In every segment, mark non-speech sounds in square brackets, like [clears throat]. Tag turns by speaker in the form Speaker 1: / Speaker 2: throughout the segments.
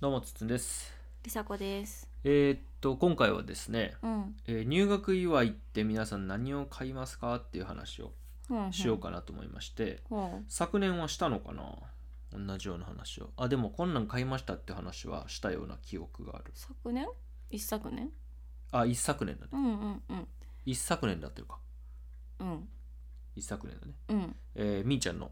Speaker 1: どうもつつんです。
Speaker 2: りさこです。
Speaker 1: えーっと今回はですね、
Speaker 2: うん。
Speaker 1: えー入学祝いって皆さん何を買いますかっていう話を
Speaker 2: うん
Speaker 1: しよう。かなと思いまして、
Speaker 2: ほ
Speaker 1: 昨年はしたのかな同じような話をあでもこんなん買いましたって話はしたような記憶がある
Speaker 2: う。昨年？一昨年？
Speaker 1: あ一昨年だね
Speaker 2: うんうんうん
Speaker 1: 一昨年だってるか
Speaker 2: うん
Speaker 1: 一昨年だね
Speaker 2: うん。
Speaker 1: えーみーちゃんの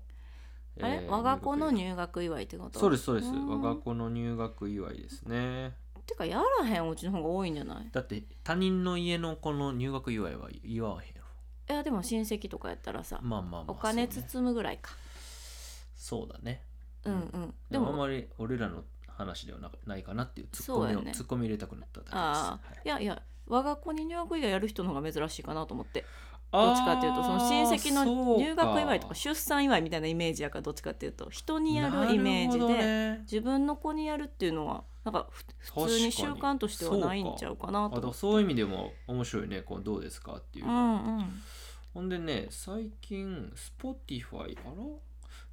Speaker 2: あれ、
Speaker 1: えー
Speaker 2: 我が子の
Speaker 1: 入学祝い
Speaker 2: 入学祝いってこと？
Speaker 1: そうですそうです
Speaker 2: うーん
Speaker 1: 我が子の入学祝いですね
Speaker 2: てかやらへんうちの方が多いんじゃない？
Speaker 1: だって他人の家のこの入学祝いは祝わへんやろ
Speaker 2: いやでも親戚とかやったらさ、
Speaker 1: まあまあまあ
Speaker 2: お金
Speaker 1: そうね
Speaker 2: 包むぐらいか。
Speaker 1: そうだね
Speaker 2: うんうん。
Speaker 1: で
Speaker 2: で
Speaker 1: もあ
Speaker 2: も
Speaker 1: まり俺らの話ではなないかなっていうツッ
Speaker 2: そ
Speaker 1: コ
Speaker 2: う
Speaker 1: ミ
Speaker 2: や
Speaker 1: を、
Speaker 2: ね
Speaker 1: ツッコミ入れたくなっただけです、
Speaker 2: あ
Speaker 1: はい
Speaker 2: いやいや我が子に入学祝いやる人の方が珍しいかなと思って。どっちかっていうとその親戚
Speaker 1: あー
Speaker 2: の入学祝いと
Speaker 1: そう
Speaker 2: か出産祝いみたいなイメージやからどっちかっていうと人にやるイメージ
Speaker 1: なるほど
Speaker 2: で、
Speaker 1: ね
Speaker 2: 自分の子にやるっていうのはなんかふ普通に習
Speaker 1: 確か
Speaker 2: 慣としてはないんちゃうかな
Speaker 1: あ
Speaker 2: と思
Speaker 1: と
Speaker 2: って
Speaker 1: そういう意味でも面白いねこうどうですかっていう、
Speaker 2: うんうん
Speaker 1: ほんでね最近 Spotify あ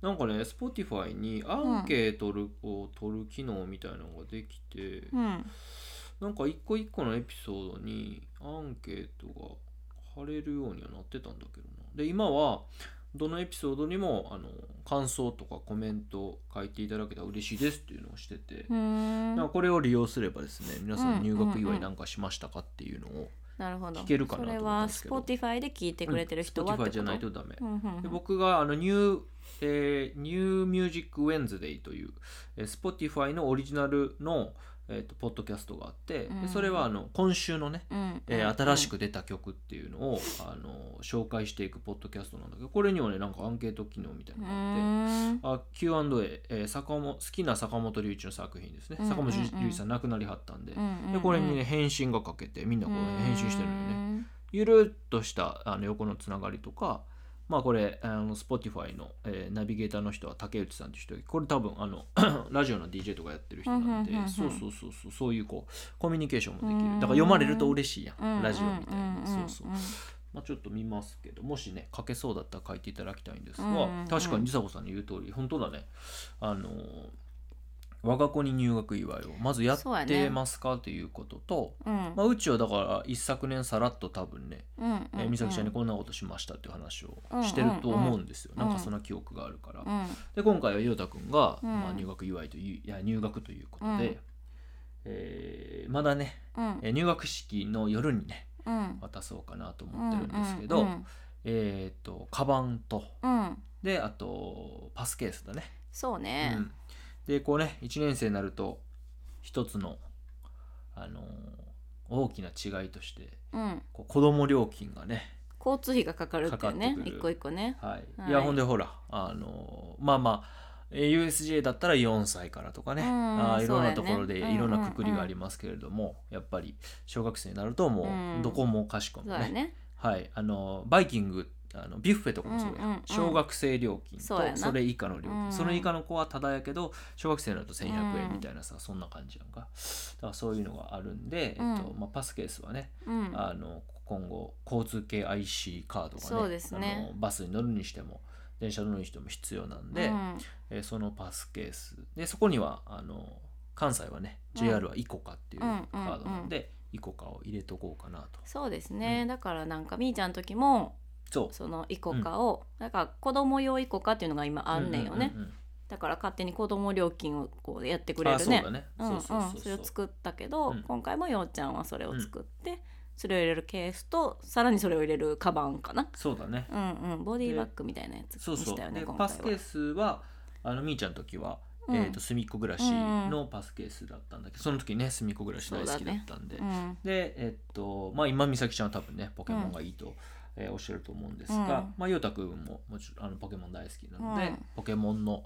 Speaker 1: らなんかね Spotify にアンケートるを取る機能みたいなのができて、
Speaker 2: うん
Speaker 1: なんか一個一個のエピソードにアンケートが貼れるようにはなってたんだけどなで今はどのエピソードにもあの感想とかコメントを書いていただけたら嬉しいですっていうのをしてて、
Speaker 2: うーん
Speaker 1: なんかこれを利用すればですね皆さん
Speaker 2: うん
Speaker 1: 入学
Speaker 2: うん
Speaker 1: 祝
Speaker 2: う
Speaker 1: い
Speaker 2: ん
Speaker 1: なんかしましたかっていうのを、
Speaker 2: なるほど
Speaker 1: 聞けるかな
Speaker 2: そ
Speaker 1: と思
Speaker 2: れ
Speaker 1: ったん
Speaker 2: は
Speaker 1: ですけど
Speaker 2: Spotify で聞いてくれてる人はってこと
Speaker 1: Spotify じゃないとダメ、
Speaker 2: うんうんうん
Speaker 1: で僕があのニュー、えー、ニューミュージックウェンズデイという、えー、Spotify のオリジナルの、えー、とポッドキャストがあって、でそれはあの今週のね
Speaker 2: うんうん
Speaker 1: えー新しく出た曲っていうのを、あの紹介していくポッドキャストなんだけどこれにはねなんかアンケート機能みたいうなの
Speaker 2: ー
Speaker 1: があって。あ
Speaker 2: ん
Speaker 1: Q&A、えー坂本好きな坂本龍一の作品ですね、
Speaker 2: うんうんうん
Speaker 1: 坂本龍一さん亡くなりはったんで,、
Speaker 2: うんうん
Speaker 1: でこれにね返信がかけてみんなこう返信してるのよね、
Speaker 2: ね
Speaker 1: ゆるっとしたあの横のつながりとかまあこれあの Spotify の、えーナビゲーターの人は竹内さんって人でこれ多分あの [clears throat] ラジオの DJ とかやってる人なんで
Speaker 2: うんうんうんうん
Speaker 1: そうそうそうそうそういうこうコミュニケーションもでき
Speaker 2: う
Speaker 1: る
Speaker 2: ん
Speaker 1: だから読まれると嬉しいやんラジオみたい
Speaker 2: うんうん
Speaker 1: に
Speaker 2: うん
Speaker 1: そ
Speaker 2: うん
Speaker 1: うそうまあちょっと見ますけどもしね書けそうだったら書いていただきたいんです
Speaker 2: うん
Speaker 1: が
Speaker 2: うんうん
Speaker 1: 確かに梨紗子さんの言う通り本当だねあの我が子に入学祝いをまずや
Speaker 2: そうや
Speaker 1: って
Speaker 2: ね
Speaker 1: ますかということと
Speaker 2: うん
Speaker 1: まあうちはだから一昨年さらっと多分ね
Speaker 2: うんうん
Speaker 1: えー美咲ちゃんにこんなことしましたっていう話をしてると思うんですよ、
Speaker 2: うんうんうん
Speaker 1: なんかそんな記憶があるから、
Speaker 2: うん
Speaker 1: で今回は裕太くんが、
Speaker 2: うん
Speaker 1: まあ、入学祝いといういや入学ということで、
Speaker 2: うん
Speaker 1: えーまだね、
Speaker 2: うん
Speaker 1: えー入学式の夜にね
Speaker 2: うん
Speaker 1: 渡そうかなと思ってるんですけど、
Speaker 2: うん
Speaker 1: えっ、とカバンと
Speaker 2: うんうん
Speaker 1: であとパスケースだね、
Speaker 2: そう
Speaker 1: う
Speaker 2: ね
Speaker 1: んでこうね1年生になると一つの、あのー大きな違いとして
Speaker 2: うん
Speaker 1: こう子供料金がね
Speaker 2: 交通費がかかるっていうね
Speaker 1: かかってくる
Speaker 2: 一個一個ね
Speaker 1: はい、
Speaker 2: はい
Speaker 1: いやほんでほらあのまあまあえー USJ だったら4歳からとかね、
Speaker 2: うん
Speaker 1: あーいろんな
Speaker 2: そ
Speaker 1: と
Speaker 2: うやね
Speaker 1: ころでいろん
Speaker 2: うんうん
Speaker 1: な
Speaker 2: うん
Speaker 1: くくりがありますけれども、やっぱり小学生になるとも
Speaker 2: うん
Speaker 1: うどこもかしこ
Speaker 2: そう
Speaker 1: も
Speaker 2: だ
Speaker 1: ね,、
Speaker 2: ね
Speaker 1: はい、あのバイキングあのビュッフェとかもそうや、
Speaker 2: うんうんうん
Speaker 1: 小学生料金
Speaker 2: そうや
Speaker 1: と
Speaker 2: な
Speaker 1: それ以下の料金そ,、
Speaker 2: うん
Speaker 1: れ以下の子はただやけど小学生になると1100
Speaker 2: う
Speaker 1: 円
Speaker 2: ん
Speaker 1: みたいなさ、そんな感じやんかだからそういうのがあるんで、
Speaker 2: う
Speaker 1: え
Speaker 2: ん
Speaker 1: っとまあ、パスケースはね
Speaker 2: うん
Speaker 1: あの今後交通系 IC カードがね
Speaker 2: そうですね
Speaker 1: あのバスに乗るにしても電車乗るにしても必要なんで、
Speaker 2: うん
Speaker 1: えーそのパスケースでそこにはあの関西はね JR はイコカっていうカ
Speaker 2: うん
Speaker 1: ードなんで、イコカを入れとこうかなと
Speaker 2: そうです
Speaker 1: う
Speaker 2: ね、
Speaker 1: ん
Speaker 2: だからなんかみーちゃんの時も
Speaker 1: そう
Speaker 2: そのイコカを、なんか子供用イコカっていうのが今あんねんよね、
Speaker 1: うううん
Speaker 2: だから勝手に子供料金をこうやってく
Speaker 1: うん
Speaker 2: れ
Speaker 1: あ
Speaker 2: る
Speaker 1: そう
Speaker 2: ね
Speaker 1: だね、
Speaker 2: うんうん
Speaker 1: そうそうそう
Speaker 2: それを作ったけど、
Speaker 1: うん
Speaker 2: 今回もようちゃんはそれを作って、それを入れるケースとさらにそれを入れるカバンかな
Speaker 1: そうだね
Speaker 2: うんうんボディバッグみたいなやつ
Speaker 1: そう
Speaker 2: に
Speaker 1: そ
Speaker 2: し
Speaker 1: う
Speaker 2: たよね
Speaker 1: で
Speaker 2: 今回
Speaker 1: パ
Speaker 2: は
Speaker 1: スケースはあのみーちゃんの時は、
Speaker 2: うん
Speaker 1: えー、と隅っこ暮らしのパスケースだったんだけどその時ね隅っこ暮らし大好きだったんで、
Speaker 2: うん
Speaker 1: でえっとまあ今美咲ちゃんは多分ねポケモンがいいと、えーおっしゃると思うんですが、
Speaker 2: うん
Speaker 1: まあ裕太君ももちろんあのポケモン大好きなので、
Speaker 2: うん
Speaker 1: ポケモンの、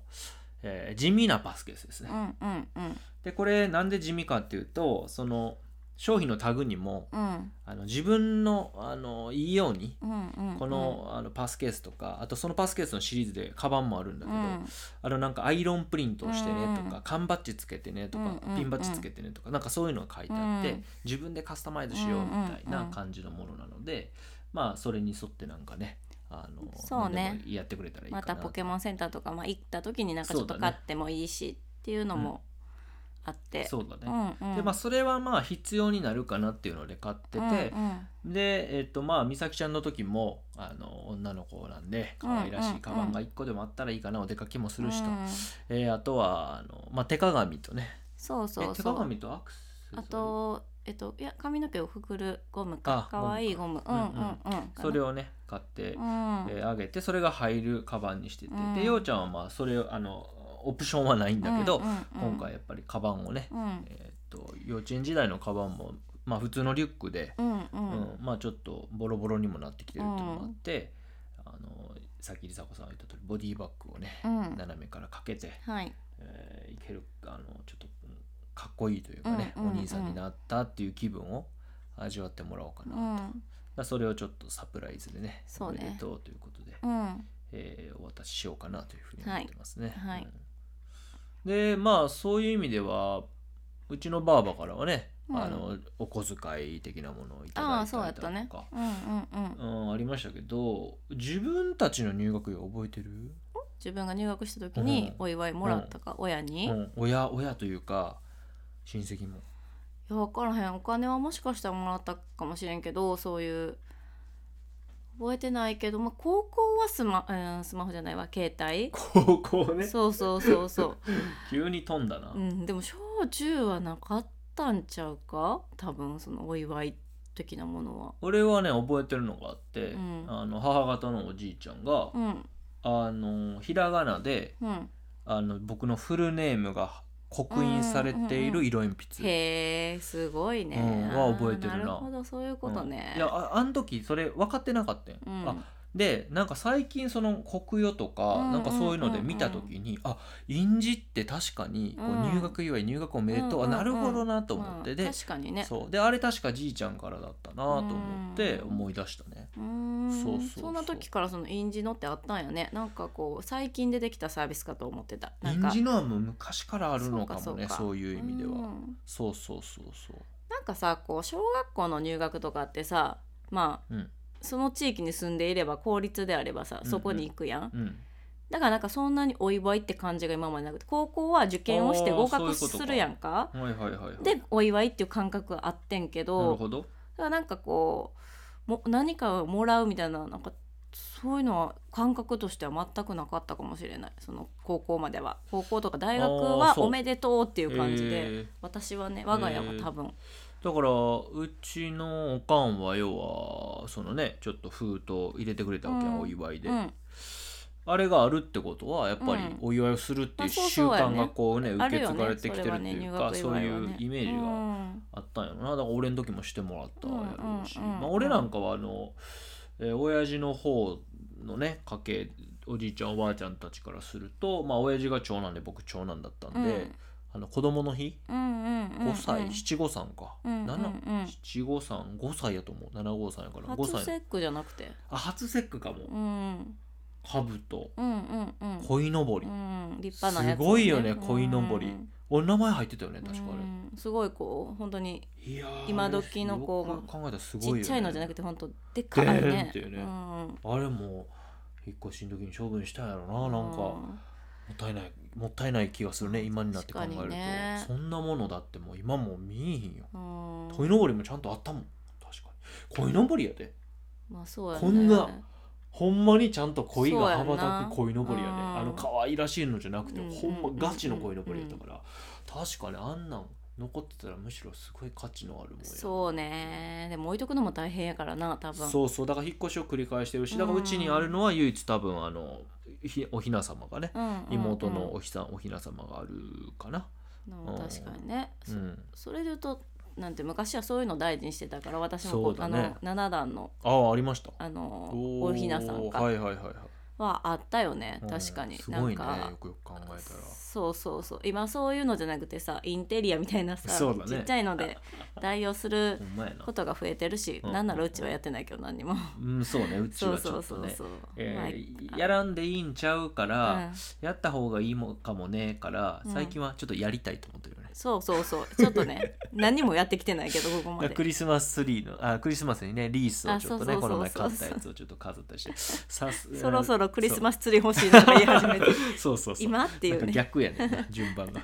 Speaker 1: えー地味なパスケースですね、
Speaker 2: うんうんうん
Speaker 1: でこれなんで地味かっていうとその商品のタグにも
Speaker 2: うん
Speaker 1: あの自分のあのいいように
Speaker 2: うんうん
Speaker 1: この,、あのパスケースとかあとそのパスケースのシリーズでカバンもあるんだ
Speaker 2: う
Speaker 1: け
Speaker 2: ん
Speaker 1: ど、あのなんかアイロンプリントをしてねと
Speaker 2: うんう
Speaker 1: か
Speaker 2: ん
Speaker 1: 缶バッジつけてねと
Speaker 2: うん
Speaker 1: か
Speaker 2: うんうん
Speaker 1: ピンバッジつけてねとかなんかそういうのが書いてあっ
Speaker 2: う
Speaker 1: て
Speaker 2: ん
Speaker 1: 自分でカスタマイズしようみたい
Speaker 2: うんうん
Speaker 1: な
Speaker 2: うん
Speaker 1: 感じのものなのでまあそれに沿ってなんかねあの
Speaker 2: そうね
Speaker 1: なんでもやってくれたらいいか
Speaker 2: ま
Speaker 1: な
Speaker 2: たポケモンセンターとか、まあ、行った時になんかちょっと
Speaker 1: そうだ
Speaker 2: 買
Speaker 1: ね
Speaker 2: ってもいいしっていうのもあって
Speaker 1: そうだね、
Speaker 2: うんうん、
Speaker 1: でまあそれはまあ必要になるかなっていうので買ってて
Speaker 2: う、んうん
Speaker 1: でえっとまあ美咲ちゃんの時もあの女の子なんで可愛ら
Speaker 2: うん
Speaker 1: し
Speaker 2: うんう
Speaker 1: い
Speaker 2: ん
Speaker 1: カバンが1個でもあったらいいかなお出かけもするしと、
Speaker 2: うん
Speaker 1: えーあとはあの、まあ、手鏡とね
Speaker 2: そう
Speaker 1: え
Speaker 2: そう
Speaker 1: 手
Speaker 2: そう
Speaker 1: 鏡とアクセサリー
Speaker 2: あとえっといや髪の毛をくくるゴムか
Speaker 1: あ
Speaker 2: かわいいゴムうんうんうん
Speaker 1: それ
Speaker 2: を
Speaker 1: をね買って
Speaker 2: う、ん
Speaker 1: えーあげてそれが入るカバンにしてて、
Speaker 2: うん
Speaker 1: でようちゃんはまあそれをあのオプションはないんだけど、
Speaker 2: うんうんうん
Speaker 1: 今回やっぱりカバンをね、
Speaker 2: うん
Speaker 1: えーっと幼稚園時代のカバンも、まあ、普通のリュックで、
Speaker 2: うんう
Speaker 1: うん
Speaker 2: ん
Speaker 1: まあ、ちょっとボロボロにもなってきてるっていうのもあって、あのさっき梨紗子さんが言った通りボディバッグをね、
Speaker 2: うん
Speaker 1: 斜めからかけて、
Speaker 2: はい
Speaker 1: えーいけるあのちょっとうんかっこいいというかね、
Speaker 2: うんうんうん
Speaker 1: お兄さんになったっていう気分を味わってもらおうか
Speaker 2: う
Speaker 1: な、だか
Speaker 2: ん
Speaker 1: らそれをちょっとサプライズでね
Speaker 2: そうね
Speaker 1: おめでとうということで、
Speaker 2: うん
Speaker 1: えーお渡ししようかなというふうに思ってますね。
Speaker 2: はいはい
Speaker 1: うんでまあそういう意味ではうちのばあばからはね、
Speaker 2: うん
Speaker 1: あのお小遣い的なものをいた
Speaker 2: あ
Speaker 1: だ
Speaker 2: あ
Speaker 1: いた
Speaker 2: そうや
Speaker 1: りだ
Speaker 2: っ
Speaker 1: と
Speaker 2: た
Speaker 1: か
Speaker 2: ねうんうんうん
Speaker 1: うん、ありましたけど自分たちの入学料覚えてる、
Speaker 2: 自分が入学した時に
Speaker 1: うん
Speaker 2: お祝いもらったか親にいうや
Speaker 1: ん、親親というか親戚も。
Speaker 2: 分からへんお金はもしかしたらもらったかもしれんけどそういう覚えてないけどまあ高校はスマうんスマホじゃないわ携帯
Speaker 1: 高校ね
Speaker 2: そうそうそうそう
Speaker 1: 急に飛んだな、
Speaker 2: うん、 [laughs] でも小中はなかったんちゃうか多分そのお祝い的なものは。
Speaker 1: 俺はね覚えてるのがあって、
Speaker 2: うん
Speaker 1: あの母方のおじいちゃんが、
Speaker 2: うん
Speaker 1: あのひらがなで
Speaker 2: うん、
Speaker 1: あの僕のフルネームが刻印されている色鉛筆、
Speaker 2: へえすごいね。
Speaker 1: うんは覚えてるな
Speaker 2: あーなるほどそういうことね
Speaker 1: うん。いやああの時それ分かってなかったよ、
Speaker 2: うん
Speaker 1: あでなんか最近その国語とか、
Speaker 2: うん
Speaker 1: なんかそういうので見た時に、あ印字って確かにこう
Speaker 2: うん
Speaker 1: 入学祝い入学おめでとう、
Speaker 2: うんうんうん
Speaker 1: あなるほどなと思って、
Speaker 2: まあ
Speaker 1: で
Speaker 2: 確かにね。
Speaker 1: そうであれ確かじいちゃんからだったなと思って
Speaker 2: うん
Speaker 1: 思い出したね、
Speaker 2: うーん
Speaker 1: そうそうそう
Speaker 2: そんな時からその印字のってあったんやねなんかこう最近出てきたサービスかと思ってたなん
Speaker 1: 印
Speaker 2: か
Speaker 1: 字のはもう昔からあるのか
Speaker 2: そ
Speaker 1: も
Speaker 2: うか
Speaker 1: ね
Speaker 2: そう
Speaker 1: そう
Speaker 2: か
Speaker 1: いう意味では、
Speaker 2: うん
Speaker 1: そうそうそうそう
Speaker 2: なんかさこう小学校の入学とかってさまあ、
Speaker 1: うん
Speaker 2: その地域に住んでいれば公立であればさそこに行くやん、
Speaker 1: うん
Speaker 2: だからなんかそんなにお祝いって感じが今までなくて高校は受験をして合
Speaker 1: あーそう
Speaker 2: 格
Speaker 1: いうことか
Speaker 2: するやんか
Speaker 1: はいはいはいはい
Speaker 2: でお祝いっていう感覚があってんけ
Speaker 1: なる
Speaker 2: ど
Speaker 1: ほど
Speaker 2: だからなんかこうも何かをもらうみたいななんかそういうのは感覚としては全くなかったかもしれないその高校までは高校とか大学
Speaker 1: あー
Speaker 2: は
Speaker 1: そう
Speaker 2: おめでとうっていう感じ
Speaker 1: え
Speaker 2: で、
Speaker 1: ー
Speaker 2: 私はね我が家は多分、
Speaker 1: だからうちのおかんは要はそのねちょっと封筒入れてくれたわけやん、
Speaker 2: うん
Speaker 1: お祝いで、
Speaker 2: うん
Speaker 1: あれがあるってことはやっぱり
Speaker 2: うん
Speaker 1: お祝いをするっていう
Speaker 2: まあそう
Speaker 1: 習
Speaker 2: そうや
Speaker 1: 慣
Speaker 2: ね
Speaker 1: がこうね,、
Speaker 2: あ
Speaker 1: 受
Speaker 2: る
Speaker 1: け
Speaker 2: よ
Speaker 1: 継
Speaker 2: ね
Speaker 1: がれてきてるっていうか
Speaker 2: そ
Speaker 1: そ
Speaker 2: れ
Speaker 1: う
Speaker 2: はね
Speaker 1: い
Speaker 2: 入学祝いはね
Speaker 1: うイメージ
Speaker 2: う
Speaker 1: が
Speaker 2: ん
Speaker 1: あったんやろなだから俺の時もしてもらったやろうし、
Speaker 2: うんうんうんうん
Speaker 1: まあ、俺なんかはあの、えー親父の方のね家系おじいちゃんおばあちゃんたちからするとまあ親父が長男で僕長男だったんで、
Speaker 2: うん
Speaker 1: あの子供の日
Speaker 2: うんうんうんうん
Speaker 1: 5歳、七五三か、
Speaker 2: うんうんうん
Speaker 1: 七七五三5歳やと思う7五三やから5
Speaker 2: 初
Speaker 1: 歳
Speaker 2: 節句じゃなくて
Speaker 1: あ初節句かも
Speaker 2: うん
Speaker 1: 兜
Speaker 2: うんうんうん
Speaker 1: 鯉のぼり、
Speaker 2: うん、立派なやつ、
Speaker 1: すごいよね鯉のぼり
Speaker 2: うん
Speaker 1: 俺名前入ってたよね確かあれ、
Speaker 2: うんすごいこう本当に
Speaker 1: いやー
Speaker 2: 今時のこう
Speaker 1: よく考えたらすごい
Speaker 2: ち
Speaker 1: よ、
Speaker 2: っ
Speaker 1: ね、
Speaker 2: ちゃいのじゃなくて本当でっかい
Speaker 1: でーん
Speaker 2: ね
Speaker 1: っていうね
Speaker 2: ん、
Speaker 1: あれも引っ越しの時に処分したんやろななんかもったいないもったいない気がするね今になって考えると、
Speaker 2: 確かにね
Speaker 1: そんなものだってもう今もう見えへんよ
Speaker 2: うん、
Speaker 1: 鯉のぼりもちゃんとあったもん確かに鯉のぼりやで
Speaker 2: まあそうやね
Speaker 1: こんなほんまにちゃんと鯉
Speaker 2: そう
Speaker 1: が
Speaker 2: や
Speaker 1: 羽
Speaker 2: ん
Speaker 1: ば
Speaker 2: な
Speaker 1: たく鯉のぼりやね
Speaker 2: うん
Speaker 1: あの可愛らしいのじゃなくて
Speaker 2: うん
Speaker 1: ほんまガチの鯉のぼりやったから確かにあんなん残ってたらむしろすごい価値のあるもんや
Speaker 2: そうねでも置いとくのも大変やからな多分
Speaker 1: そうそうだから引っ越しを繰り返してるしだからうちにあるのは唯一多分あのひおひな様がね
Speaker 2: うんうんうん、
Speaker 1: 妹のおひさんおひな様があるかな
Speaker 2: うん確かにね、
Speaker 1: う
Speaker 2: そ
Speaker 1: ん
Speaker 2: それで言うとなんて昔はそういうの大事にしてたから私もこ
Speaker 1: そうだね
Speaker 2: あの7段の
Speaker 1: ああありました
Speaker 2: あの
Speaker 1: ー
Speaker 2: おひなさんか
Speaker 1: はいはいはいはい
Speaker 2: はあったよね、
Speaker 1: うん
Speaker 2: 確かに、
Speaker 1: す
Speaker 2: な
Speaker 1: ご
Speaker 2: ん
Speaker 1: いね
Speaker 2: か
Speaker 1: よくよく考えたら
Speaker 2: そうそうそう今そういうのじゃなくてさインテリアみたいなさ、
Speaker 1: そうだね
Speaker 2: ちっちゃいので代用する
Speaker 1: ほんまやな
Speaker 2: ことが増えてるし、
Speaker 1: うん
Speaker 2: なんならうちはやってないけど何にも、
Speaker 1: うんそうねうち
Speaker 2: そう
Speaker 1: はち
Speaker 2: そ
Speaker 1: ょ
Speaker 2: う
Speaker 1: っ
Speaker 2: そ
Speaker 1: と
Speaker 2: う
Speaker 1: ね
Speaker 2: そう、
Speaker 1: え
Speaker 2: ま
Speaker 1: ー
Speaker 2: あ
Speaker 1: やらんでいいんちゃうから、
Speaker 2: うん
Speaker 1: やった方がいいもかもねから
Speaker 2: うん
Speaker 1: 最近はちょっとやりたいと思ってるよね、
Speaker 2: そうそうそうちょっとね何もやってきてないけどここ
Speaker 1: だ
Speaker 2: ま
Speaker 1: から
Speaker 2: で
Speaker 1: クリスマスツリーのあクリスマスにねリースをちょっとね
Speaker 2: あそうそうそうそう
Speaker 1: この前買ったやつをちょっと飾ったりしてさす
Speaker 2: [laughs] そろそろクリスマ
Speaker 1: ス [laughs]
Speaker 2: スツリー欲しいとか言い始めて
Speaker 1: そうそうそうそう
Speaker 2: 今ってい [laughs]
Speaker 1: なん
Speaker 2: う
Speaker 1: か
Speaker 2: ね
Speaker 1: 逆やねんな順番が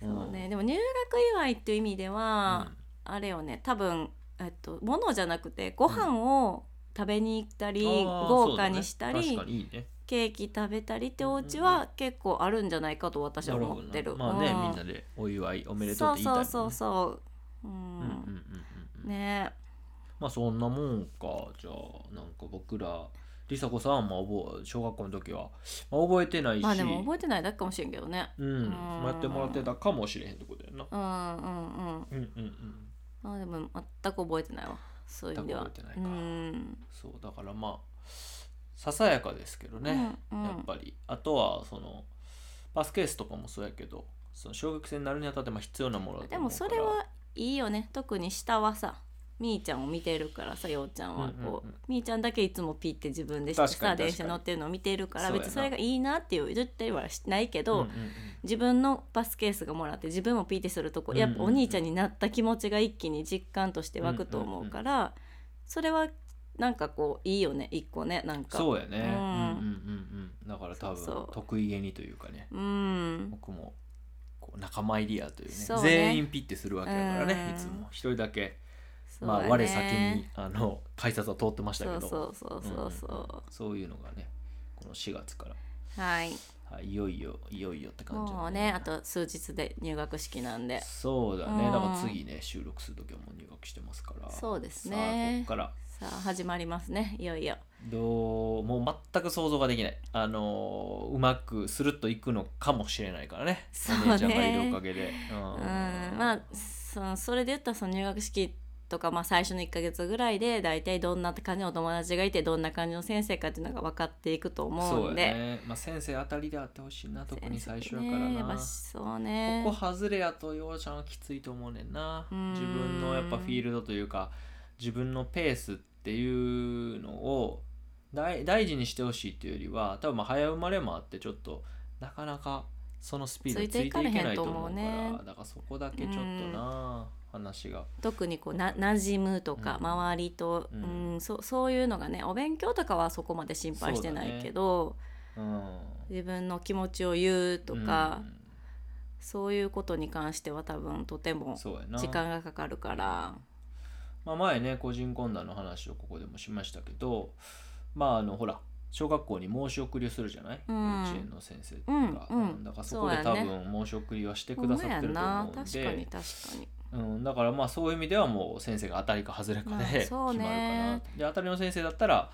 Speaker 2: そうね、でも入学祝いっていう意味では、あれよね多分、えっと、物じゃなくてご飯を食べに行ったり、豪華にしたり、
Speaker 1: 確かにいいね
Speaker 2: ケーキ食べたりってお
Speaker 1: う
Speaker 2: 家
Speaker 1: んうん
Speaker 2: は結構あるんじゃないかと私は思ってる。
Speaker 1: なほどなまあね、
Speaker 2: うん
Speaker 1: みんなでお祝いおめでとうっ
Speaker 2: そう
Speaker 1: て言いたいも
Speaker 2: そ
Speaker 1: んね
Speaker 2: うそうそう。う
Speaker 1: うんうんうん
Speaker 2: ん。
Speaker 1: うん
Speaker 2: ね
Speaker 1: まあそんなもんかじゃあなんか僕ら梨紗子さんはまあ覚え小学校の時は、まあ、覚えてないし、
Speaker 2: まあでも覚えてないだけかもしれんけどね。
Speaker 1: うん、
Speaker 2: うん
Speaker 1: まあやってもらってたかもしれへんってことやな
Speaker 2: うんうんうん。
Speaker 1: うんうんうん
Speaker 2: まあでも全く覚えてないわ。そういう意味では。
Speaker 1: 全く覚え
Speaker 2: う
Speaker 1: てないか
Speaker 2: ん。
Speaker 1: そうだからまあささやかですけどね、
Speaker 2: うんうん
Speaker 1: やっぱりあとはそのパスケースとかもそうやけどその小学生になるにあたってまあ必要なものだと
Speaker 2: で
Speaker 1: 思
Speaker 2: も
Speaker 1: うか
Speaker 2: そ
Speaker 1: ら
Speaker 2: れはいいよね。特に下はさ、みーちゃんを見てるからさ、ようちゃんはこう、
Speaker 1: うんうんうん
Speaker 2: みーちゃんだけいつもピって自分でして
Speaker 1: 確か
Speaker 2: さ、
Speaker 1: に確かに
Speaker 2: 電車乗ってるのを見てるから、
Speaker 1: そうやな
Speaker 2: 別にそれがいいなっていう言ってはしないけど、
Speaker 1: うんうんうん
Speaker 2: 自分のバスケースがもらって自分もピーテするとこ
Speaker 1: うんうん
Speaker 2: や
Speaker 1: うん
Speaker 2: っぱお兄ちゃんになった気持ちが一気に実感として湧くと思うから、それはなんかこういいよね一個ねなんか
Speaker 1: そうやね、
Speaker 2: うん
Speaker 1: うんうんうんうんだから多
Speaker 2: そうそ
Speaker 1: 分
Speaker 2: う
Speaker 1: 得意げにというかね
Speaker 2: うん
Speaker 1: 僕もこう仲間入りやというね
Speaker 2: そうね
Speaker 1: 全員ピッてするわけだからね、
Speaker 2: うん
Speaker 1: いつも一人だけ
Speaker 2: そう
Speaker 1: まあ
Speaker 2: だね
Speaker 1: 我先にあの改札は通ってましたけ
Speaker 2: そ
Speaker 1: ど
Speaker 2: うそうそうそうそ
Speaker 1: そういうのがねこの4月から、
Speaker 2: うはい
Speaker 1: はい、いよいよいよいよって感じだ
Speaker 2: もうねあと数日で入学式なんで
Speaker 1: そうだね、
Speaker 2: うん
Speaker 1: だから次ね収録する時はもう入学してますから
Speaker 2: そうですね
Speaker 1: さあこっから
Speaker 2: さあ始まりますねいよいよ
Speaker 1: どうもう全く想像ができないあのーうまくスルッといくのかもしれないからね
Speaker 2: そうね
Speaker 1: お姉ちゃんがいるおかげでうん
Speaker 2: うんまあそのそれで言ったらその入学式とか、まあ、最初の1か月ぐらいで大体どんな感じのお友達がいてどんな感じの先生かっていうのが分かっていくと思
Speaker 1: そううんや
Speaker 2: で
Speaker 1: ね、まあ、先生あたりであってほしいな特に最初やから
Speaker 2: ねやっ
Speaker 1: な、
Speaker 2: ぱそうね
Speaker 1: ここ外れやとようちゃんはきついと思うねんな
Speaker 2: うん
Speaker 1: 自分のやっぱフィールドというか自分のペースっていうのを大大事にしてほしいっていうよりは多分まあ早生まれもあってちょっとなかなかそのスピードにつ
Speaker 2: つい
Speaker 1: いて
Speaker 2: て
Speaker 1: い
Speaker 2: い
Speaker 1: け
Speaker 2: かれ
Speaker 1: な
Speaker 2: へ
Speaker 1: い
Speaker 2: ん
Speaker 1: と
Speaker 2: と
Speaker 1: 思
Speaker 2: 思
Speaker 1: うか
Speaker 2: うね
Speaker 1: らだからそこだけちょっとな話が
Speaker 2: 特にこうな馴染むとか、
Speaker 1: うん
Speaker 2: 周りと、
Speaker 1: う
Speaker 2: うんんそそういうのがねお勉強とかはそこまで心配してないけど、
Speaker 1: うん
Speaker 2: 自分の気持ちを言うとか、
Speaker 1: う
Speaker 2: そういうことに関しては多分とて
Speaker 1: ん
Speaker 2: も
Speaker 1: そうやな
Speaker 2: 時間がかかるから
Speaker 1: まあ、前ね個人懇談の話をここでもしましたけどまああのほら小学校に申し送りをするじゃない、
Speaker 2: うん
Speaker 1: 幼稚園の先生とか、
Speaker 2: うんうん
Speaker 1: だからそこで
Speaker 2: そう
Speaker 1: 多
Speaker 2: やね
Speaker 1: 分申し送りはして
Speaker 2: ほ
Speaker 1: く
Speaker 2: ん
Speaker 1: だ
Speaker 2: ま
Speaker 1: さ
Speaker 2: や
Speaker 1: ってると
Speaker 2: な
Speaker 1: 思うん
Speaker 2: 確かに
Speaker 1: で、
Speaker 2: 確かに
Speaker 1: うん、だからまあそういう意味ではもう先生が当たりか外れかで
Speaker 2: まあ
Speaker 1: 決ま
Speaker 2: そう
Speaker 1: るか
Speaker 2: ね
Speaker 1: なとで当たりの先生だったら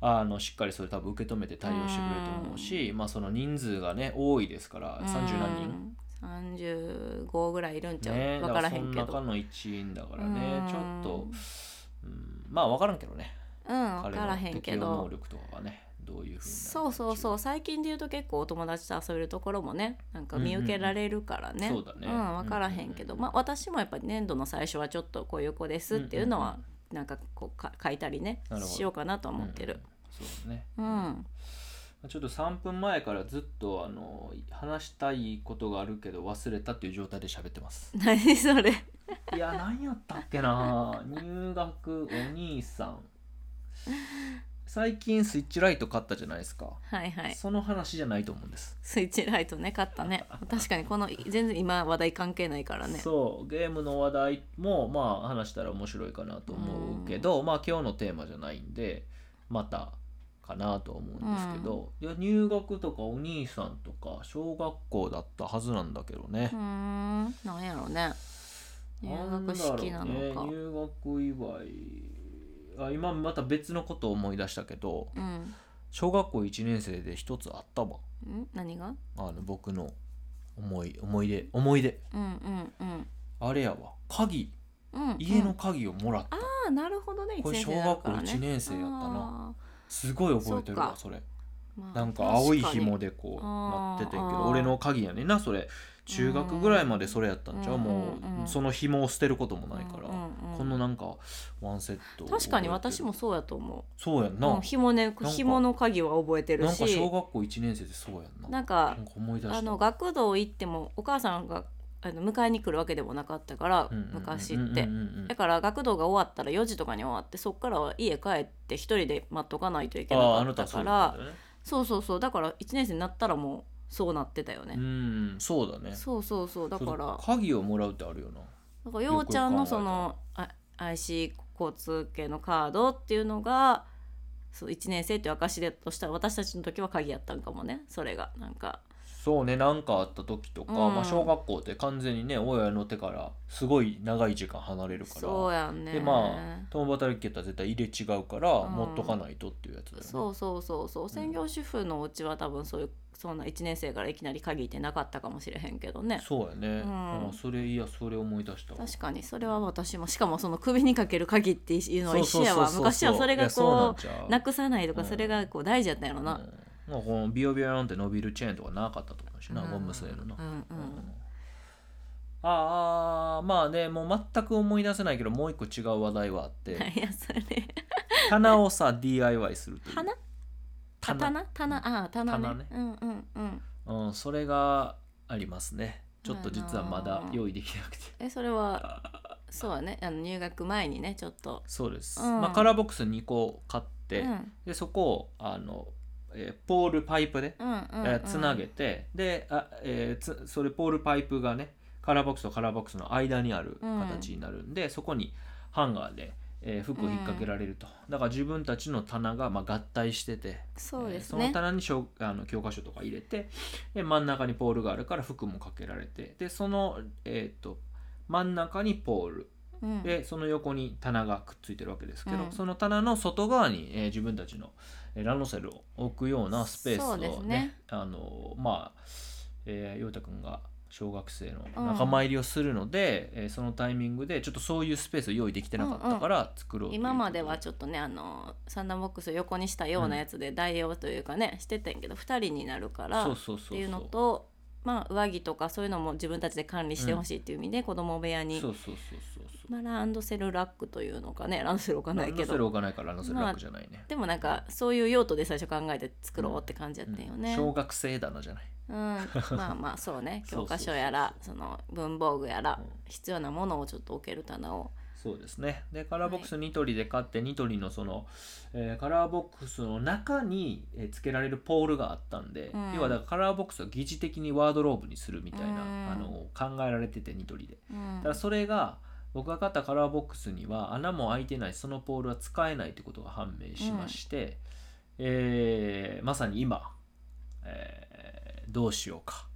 Speaker 1: あのしっかりそれ多分受け止めて対応してくれると思うし、まあ、その人数がね多いですから30何人。
Speaker 2: 何人35ぐらいいるんちゃう、
Speaker 1: ね、
Speaker 2: 分からへんけ
Speaker 1: だからその中
Speaker 2: ど
Speaker 1: の一員だからね、
Speaker 2: うん
Speaker 1: ちょっと、うん、まあ分からんけどね
Speaker 2: うん分
Speaker 1: 彼
Speaker 2: か
Speaker 1: の
Speaker 2: らへん
Speaker 1: 適
Speaker 2: け
Speaker 1: 応能
Speaker 2: ど
Speaker 1: 力とかがねどういうふうに
Speaker 2: そうそうそうう最近で言うと結構お友達と遊べるところもねなんか見受けられるからね、
Speaker 1: うん
Speaker 2: ん
Speaker 1: うんそうだね
Speaker 2: 分からへんけど、
Speaker 1: うんうん
Speaker 2: まあ、私もやっぱり年度の最初はちょっとこういう子ですっていうのはなんかこうか書いたりね
Speaker 1: なるほど
Speaker 2: しようかなとは思ってる。、
Speaker 1: うんそうだね、
Speaker 2: うん、
Speaker 1: まあちょっと3分前からずっとあの話したいことがあるけど忘れたっていう状態で喋ってます
Speaker 2: 何それ
Speaker 1: いや何やったっけな入学お兄さん最近スイッチライト買ったじゃないですか、
Speaker 2: はいはい
Speaker 1: その話じゃないと思うんです、
Speaker 2: スイッチライトね買ったね確かにこの全然今話題関係ないからね
Speaker 1: そうゲームの話題もまあ話したら面白いかなと思うけど、まあ今日のテーマじゃないんでまたかなと思うんですけど、いや入学とかお兄さんとか小学校だったはずなんだけどね
Speaker 2: うー、んなんやろね入学式な
Speaker 1: ん
Speaker 2: のか
Speaker 1: だろうね入学祝いあ今また別のことを思い出したけど
Speaker 2: うん
Speaker 1: 小学校1年生で一つあったわ
Speaker 2: ん何が
Speaker 1: あの僕の思い思い出思い出
Speaker 2: うんうんうん
Speaker 1: あれやわ鍵
Speaker 2: うん
Speaker 1: 家
Speaker 2: う
Speaker 1: の
Speaker 2: ん
Speaker 1: 鍵をもらった、
Speaker 2: ああなるほどね
Speaker 1: これ
Speaker 2: 一年生だか
Speaker 1: 小
Speaker 2: ら
Speaker 1: 学
Speaker 2: ね
Speaker 1: 校一年生やったなすごい覚えてる
Speaker 2: そっ
Speaker 1: わ
Speaker 2: か
Speaker 1: それ
Speaker 2: あーまあ
Speaker 1: なんか青い紐
Speaker 2: 確か
Speaker 1: でこう
Speaker 2: あ
Speaker 1: な
Speaker 2: ー
Speaker 1: っててんけ
Speaker 2: あ
Speaker 1: ど
Speaker 2: ー
Speaker 1: 俺の鍵やねんなそれ中学ぐらいまでそれやったんちゃう
Speaker 2: うん
Speaker 1: も
Speaker 2: うんう
Speaker 1: うんその紐を捨てることもないから
Speaker 2: うんうんうん
Speaker 1: このなんかワンセット
Speaker 2: に確かに私もそうやと思
Speaker 1: そうやん
Speaker 2: う、うん、
Speaker 1: な
Speaker 2: 紐ね
Speaker 1: か
Speaker 2: 紐の鍵は覚えてる
Speaker 1: なん
Speaker 2: し
Speaker 1: か小学校1年生でそうやんな
Speaker 2: なんか
Speaker 1: なんか思い出した
Speaker 2: あの学童行ってもお母さんがあの迎えに来るわけでもなかったから、
Speaker 1: うんうんうん
Speaker 2: 昔っ
Speaker 1: うんうん
Speaker 2: て
Speaker 1: うんうん
Speaker 2: だから学童が終わったら4時とかに終わってそっからは家帰って一人で待っとかないといけな
Speaker 1: あーあ
Speaker 2: か
Speaker 1: な
Speaker 2: ったた
Speaker 1: そ
Speaker 2: か
Speaker 1: うだ
Speaker 2: ら
Speaker 1: ったんだね
Speaker 2: そうそうそうだから1年生になったらもうそうなってたよね、
Speaker 1: うんそうだね
Speaker 2: そうそうそうだから
Speaker 1: そう鍵をもらうってあるよな
Speaker 2: なんかようちゃんのそのあ IC 交通系のカードっていうのがそう1年生っていう証だとしたら私たちの時は鍵やったんかもねそれがなんか
Speaker 1: そうね何かあった時とか、
Speaker 2: うん
Speaker 1: まあ、小学校って完全にね親の手からすごい長い時間離れるから
Speaker 2: そうやんね
Speaker 1: でまあ共働きやったら絶対入れ違うから、
Speaker 2: うん
Speaker 1: 持っとかないとっていうやつだよね
Speaker 2: そうそうそうそう専業主婦のお家は多分そういうそんな1年生からいきなり鍵ってなかったかもしれへんけどね
Speaker 1: そうやね、
Speaker 2: うん
Speaker 1: あそれいやそれ思い出したわ
Speaker 2: 確かにそれは私もしかもその首にかける鍵っていうのは一緒やわ
Speaker 1: そうそう
Speaker 2: 昔はそれが
Speaker 1: い
Speaker 2: こ
Speaker 1: やそうなんちゃ
Speaker 2: う
Speaker 1: う
Speaker 2: なくさないとか
Speaker 1: うん
Speaker 2: それがこう大事やったんやろな、
Speaker 1: うんまあこのビヨビヨなんて伸びるチェーンとかなかったと思うしな、
Speaker 2: うん
Speaker 1: ゴム製のな、
Speaker 2: うんうん
Speaker 1: ああまあねもう全く思い出せないけどもう一個違う話題はあって、
Speaker 2: 何やそれ
Speaker 1: 棚をさ DIY するという
Speaker 2: 花あ
Speaker 1: 棚
Speaker 2: 棚棚あー棚ね
Speaker 1: 棚ね
Speaker 2: うんうんうん
Speaker 1: うん、それがありますねちょっと実はまだ
Speaker 2: あのー
Speaker 1: 用意できなくて
Speaker 2: えそれはそうやねあの入学前にねちょっと、
Speaker 1: そうです、
Speaker 2: うん
Speaker 1: まあ、カラーボックス2個買っ
Speaker 2: う
Speaker 1: て、
Speaker 2: ん、うん
Speaker 1: でそこをあの、えーポールパイプで、
Speaker 2: うん
Speaker 1: え
Speaker 2: う
Speaker 1: ー
Speaker 2: ん
Speaker 1: つなげてであ、えーつそれポールパイプがねカラーボックスとカラーボックスの間にある形になるんで、そこにハンガーで、えー服を引っ掛けられると、だから自分たちの棚が、まあ、合体してて
Speaker 2: そうで
Speaker 1: えー
Speaker 2: す
Speaker 1: その
Speaker 2: ね、
Speaker 1: 棚にしょうあの教科書とか入れてで真ん中にポールがあるから服もかけられてでその、えー、と真ん中にポール
Speaker 2: うん、
Speaker 1: でその横に棚がくっついてるわけですけど、
Speaker 2: うん
Speaker 1: その棚の外側に、えー自分たちの、えーランドセルを置くようなスペース
Speaker 2: そ
Speaker 1: を
Speaker 2: うです
Speaker 1: ね
Speaker 2: ね
Speaker 1: あのまあえー陽太くんが小学生
Speaker 2: うん
Speaker 1: の仲間入りをするので、えーそのタイミングでちょっとそういうスペースを用意できてなかったから作ろうということ
Speaker 2: 今まではちょっとねあのサンダーボックスを横にしたようなやつで代用というかね、してたんやけど2人になるから
Speaker 1: そう
Speaker 2: っ
Speaker 1: そうそうそ
Speaker 2: ていうのとまあ上着とかそういうのも自分たちで管理してほしいっていう意味で、子供部屋に
Speaker 1: そうそうそうそうそう
Speaker 2: まあ、ランドセルラックというのかねランドセル置かないけ
Speaker 1: ランドセル
Speaker 2: ど
Speaker 1: 置かないからランドセル楽じゃないね、
Speaker 2: でもなんかそういう用途で最初考えて作ろうって感じやったんよ
Speaker 1: う
Speaker 2: ね。
Speaker 1: ん小学生棚じゃない
Speaker 2: うん、まあまあそうね
Speaker 1: [laughs] そうそ
Speaker 2: 教
Speaker 1: うそう
Speaker 2: 科書やらその文房具やら
Speaker 1: うん
Speaker 2: 必要なものをちょっと置ける棚を
Speaker 1: そうですねでカラーボックスニトリで買ってニトリのその、えーカラーボックスの中にえーつけられるポールがあったんで、
Speaker 2: うん
Speaker 1: 要はだからカラーボックスを疑似的にワードローブにするみたいな、
Speaker 2: うん
Speaker 1: あの考えられててニトリで
Speaker 2: うん
Speaker 1: だからそれが僕が買ったカラーボックスには穴も開いてないしそのポールは使えないってことが判明しまして、えーまさに今、えーどうしようか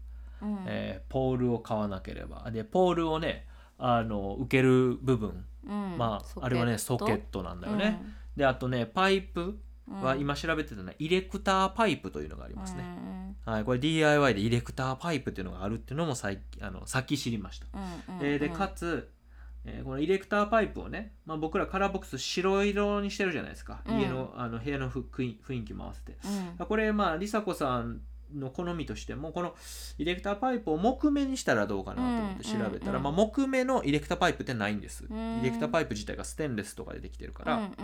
Speaker 2: うん
Speaker 1: えーポールを買わなければでポールをねあの受ける部分、
Speaker 2: うん
Speaker 1: まあ
Speaker 2: ソケ
Speaker 1: あれはねソケットなんだよね、であとねパイプ
Speaker 2: うん
Speaker 1: は今調べてたのはイレクターパイプというのがありますね、
Speaker 2: うん
Speaker 1: はい、これ DIY でイレクターパイプっていうのがあるっていうのも最近あのさっき知りました、
Speaker 2: うんうん
Speaker 1: えーでかつ、えーこのイレクターパイプをね、まあ、僕らカラーボックス白色にしてるじゃないですか、
Speaker 2: うん
Speaker 1: 家のあの部屋の雰囲雰囲気も合わせて
Speaker 2: うん
Speaker 1: これまあ梨紗子さんの好みとしてもこのイレクターパイプを木目にしたらどうかなと思って調べたら、
Speaker 2: うん
Speaker 1: まあ、木目のイレクターパイプってないんです、
Speaker 2: ん
Speaker 1: イレクターパイプ自体がステンレスとかでできてるから、
Speaker 2: うんうんうん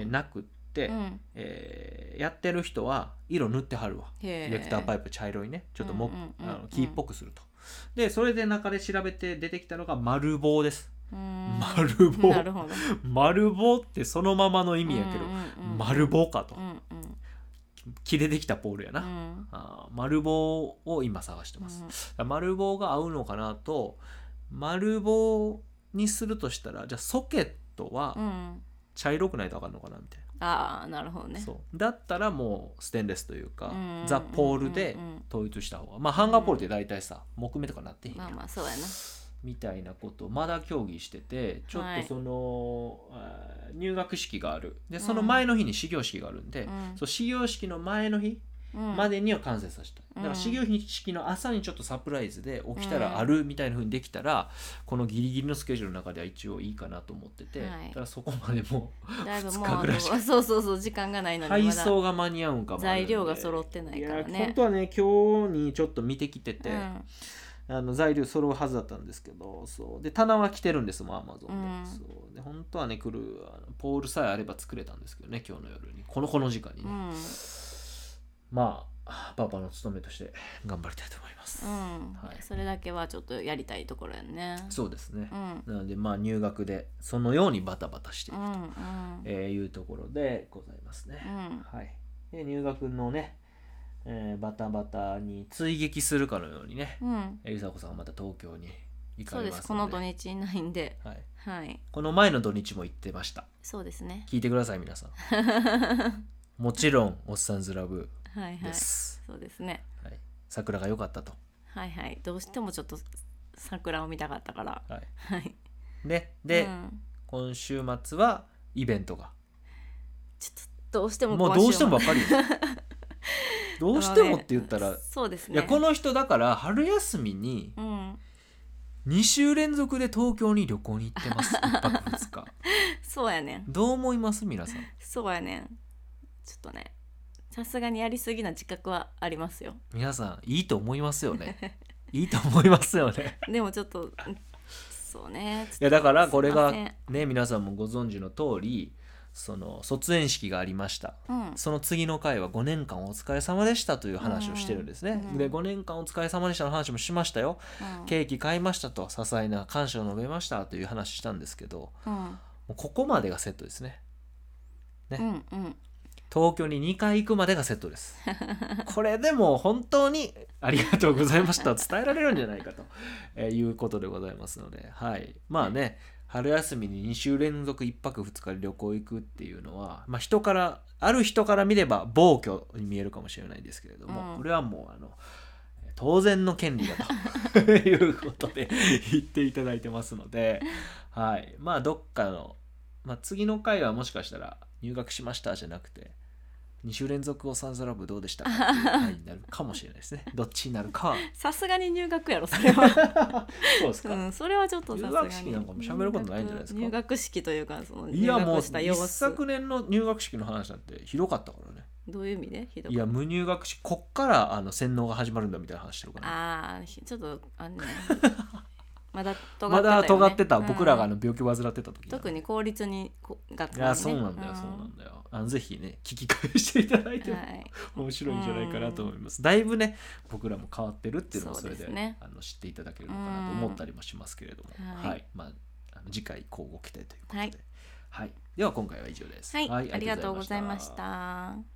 Speaker 1: えーなくって、
Speaker 2: うん
Speaker 1: えーやってる人は色塗ってはるわ
Speaker 2: へ
Speaker 1: イレクターパ
Speaker 2: イ
Speaker 1: イプ茶色いねちょっと木、
Speaker 2: うんうんうんうん
Speaker 1: あの木っぽくするとでそれで中で調べて出てきたのが丸棒です [laughs]
Speaker 2: プ
Speaker 1: 丸棒
Speaker 2: なるほど
Speaker 1: 丸棒ってそのままの意味やけど、丸棒かと、
Speaker 2: うんうんうん
Speaker 1: 木でできたポールやな、
Speaker 2: うん
Speaker 1: あー丸棒を今探してます、だから丸棒が合うのかなと丸棒にするとしたらじゃあソケット
Speaker 2: う
Speaker 1: は
Speaker 2: ん
Speaker 1: 茶色くないと分かるのかなみたい
Speaker 2: ああなるほど
Speaker 1: な、
Speaker 2: ね
Speaker 1: そうだったらもうステンレスというか、
Speaker 2: うん
Speaker 1: ザ・ポールで
Speaker 2: うんうん
Speaker 1: 統一した方がまあハンガーポールって大体さ木目とかなってへんやん、
Speaker 2: まあまあそうやな
Speaker 1: みたいなことをまだ協議しててちょっ
Speaker 2: はい
Speaker 1: とその、あー入学式があるで
Speaker 2: うん
Speaker 1: その前の日に始業式があるんで、
Speaker 2: うん
Speaker 1: そう始業式の前の日
Speaker 2: うん
Speaker 1: までには完成させたい、
Speaker 2: うん
Speaker 1: だから始業式の朝にちょっとサプライズで起きたらあるみたいな風にできたら、このギリギリのスケジュールの中では一応いいかなと思ってて、
Speaker 2: はい
Speaker 1: ただそこ
Speaker 2: [laughs]
Speaker 1: までも
Speaker 2: だいぶもう
Speaker 1: 二日ぐらいしか
Speaker 2: あのそうそうそう時間がないの
Speaker 1: う
Speaker 2: に
Speaker 1: 配
Speaker 2: まだ
Speaker 1: 送が間に合うんかもあるん
Speaker 2: 材
Speaker 1: で
Speaker 2: 料が揃ってない
Speaker 1: い
Speaker 2: から
Speaker 1: や本
Speaker 2: ね
Speaker 1: 当はね今日にちょっと見てきてて、
Speaker 2: うん
Speaker 1: あの材料揃うはずだったんですけどそうで棚は来てるんですもんアマゾンで,、
Speaker 2: うん
Speaker 1: そうで本当はね来るあのポールさえあれば作れたんですけどね今日の夜にこのこの時間に
Speaker 2: う
Speaker 1: ね、
Speaker 2: ん
Speaker 1: まあパパの務めとして頑張りたいと思います、
Speaker 2: うん
Speaker 1: はい
Speaker 2: それだけはちょっとやりたいところやね
Speaker 1: そうですね
Speaker 2: う、ん
Speaker 1: なのでまあ入学でそのようにバタバタしてい
Speaker 2: うんう
Speaker 1: ると、
Speaker 2: ん
Speaker 1: えーいうところでございますね、
Speaker 2: うん
Speaker 1: はいで入学のねえーバタバタに追撃するかのようにね
Speaker 2: うん、
Speaker 1: えりさこさんはまた東京に行か
Speaker 2: そう
Speaker 1: れ
Speaker 2: で
Speaker 1: ますす
Speaker 2: この
Speaker 1: の
Speaker 2: 土
Speaker 1: で
Speaker 2: 日いないんで
Speaker 1: はい、
Speaker 2: はい
Speaker 1: この前の土日も行ってました
Speaker 2: そうです
Speaker 1: [laughs]
Speaker 2: ね
Speaker 1: 聞いてください皆さん
Speaker 2: は
Speaker 1: もちろん「おっさんずラブ
Speaker 2: いはい」
Speaker 1: です、
Speaker 2: そうですね
Speaker 1: はい桜が良かったと、
Speaker 2: はいはいどうしてもちょっと桜を見たかったから
Speaker 1: はい、
Speaker 2: はい
Speaker 1: ねで、
Speaker 2: うん
Speaker 1: 今週末はイベントが
Speaker 2: ちょっとどうしても
Speaker 1: もう
Speaker 2: 今週
Speaker 1: どうしてもばかり
Speaker 2: [laughs]
Speaker 1: よどうしてもって言った
Speaker 2: あ
Speaker 1: ら、
Speaker 2: のねそうですね
Speaker 1: いやこの人だから春休みに
Speaker 2: うん
Speaker 1: 2週連続で東京に旅行に行ってます
Speaker 2: [laughs]
Speaker 1: 1泊2日
Speaker 2: そうやねん
Speaker 1: どう思います皆さん
Speaker 2: そうやねんちょっとねさすがにやりすぎな自覚はありますよ
Speaker 1: 皆さんいいと思いますよねいいと思いますよね
Speaker 2: でもちょっとうんそうね
Speaker 1: いやだからこれが
Speaker 2: すいま
Speaker 1: ね皆さんもご存知の通りその卒園式がありました
Speaker 2: せんうん
Speaker 1: その次の回は5年間お疲れ様でしたという話をしてるんですね、
Speaker 2: うん
Speaker 1: で5年間お疲れ様でしたの話もしましたよ
Speaker 2: うん
Speaker 1: ケーキ買いましたと些細な感謝を述べましたという話したんですけども
Speaker 2: うん
Speaker 1: うここまでがセットですね
Speaker 2: うんうん
Speaker 1: 東京に2回行くまでがセットですこれでもう本当にありがとうございましたを伝えられるんじゃないかと、 [laughs] えーいうことでございますのではいまあね春休みに2週連続1泊2日で旅行行くっていうのは、まあ、人からある人から見れば暴挙に見えるかもしれないですけれども、
Speaker 2: うん
Speaker 1: これはもうあの当然の権利だと [laughs] いうことで言っていただいてますので、はい、まあどっかの、まあ、次の回はもしかしたら入学しましたじゃなくて2週連続おさんずラブどうでしたかっていう回になるかもしれないですねどっちになるかは
Speaker 2: さすがに入学やろそれは
Speaker 1: そうですか、
Speaker 2: うんそれはちょっとさすが
Speaker 1: 入
Speaker 2: に
Speaker 1: 学式なんかも喋ることないんじゃないですか
Speaker 2: 入学式というかその
Speaker 1: い
Speaker 2: 入
Speaker 1: やもう
Speaker 2: 学した様
Speaker 1: 一
Speaker 2: 子
Speaker 1: 昨年の入学式の話なんてひどかったからね
Speaker 2: どういう意味でひど
Speaker 1: いや無入学式こっからあの洗脳が始まるんだみたいな話してるから、
Speaker 2: ああちょっと
Speaker 1: [laughs]
Speaker 2: あんねまだ尖
Speaker 1: まだ尖ってた、
Speaker 2: うん
Speaker 1: 僕らがあの病気患ってた時
Speaker 2: 特に公立にこ学校
Speaker 1: い
Speaker 2: にね
Speaker 1: やそうなんだよ、そうなんだよあのぜひね聞き返していただいても
Speaker 2: [laughs] はい
Speaker 1: 面白いんじゃないかなと思います、だいぶね僕らも変わってるっていうのを
Speaker 2: そう
Speaker 1: それ
Speaker 2: です
Speaker 1: で
Speaker 2: ね
Speaker 1: あの知っていただけるのかなと思ったりもしますけれども、
Speaker 2: うん
Speaker 1: はい、
Speaker 2: はい
Speaker 1: まああの次回交互期待ということで、は
Speaker 2: はいい
Speaker 1: では今回は以上です、
Speaker 2: はい、ありがとうございました。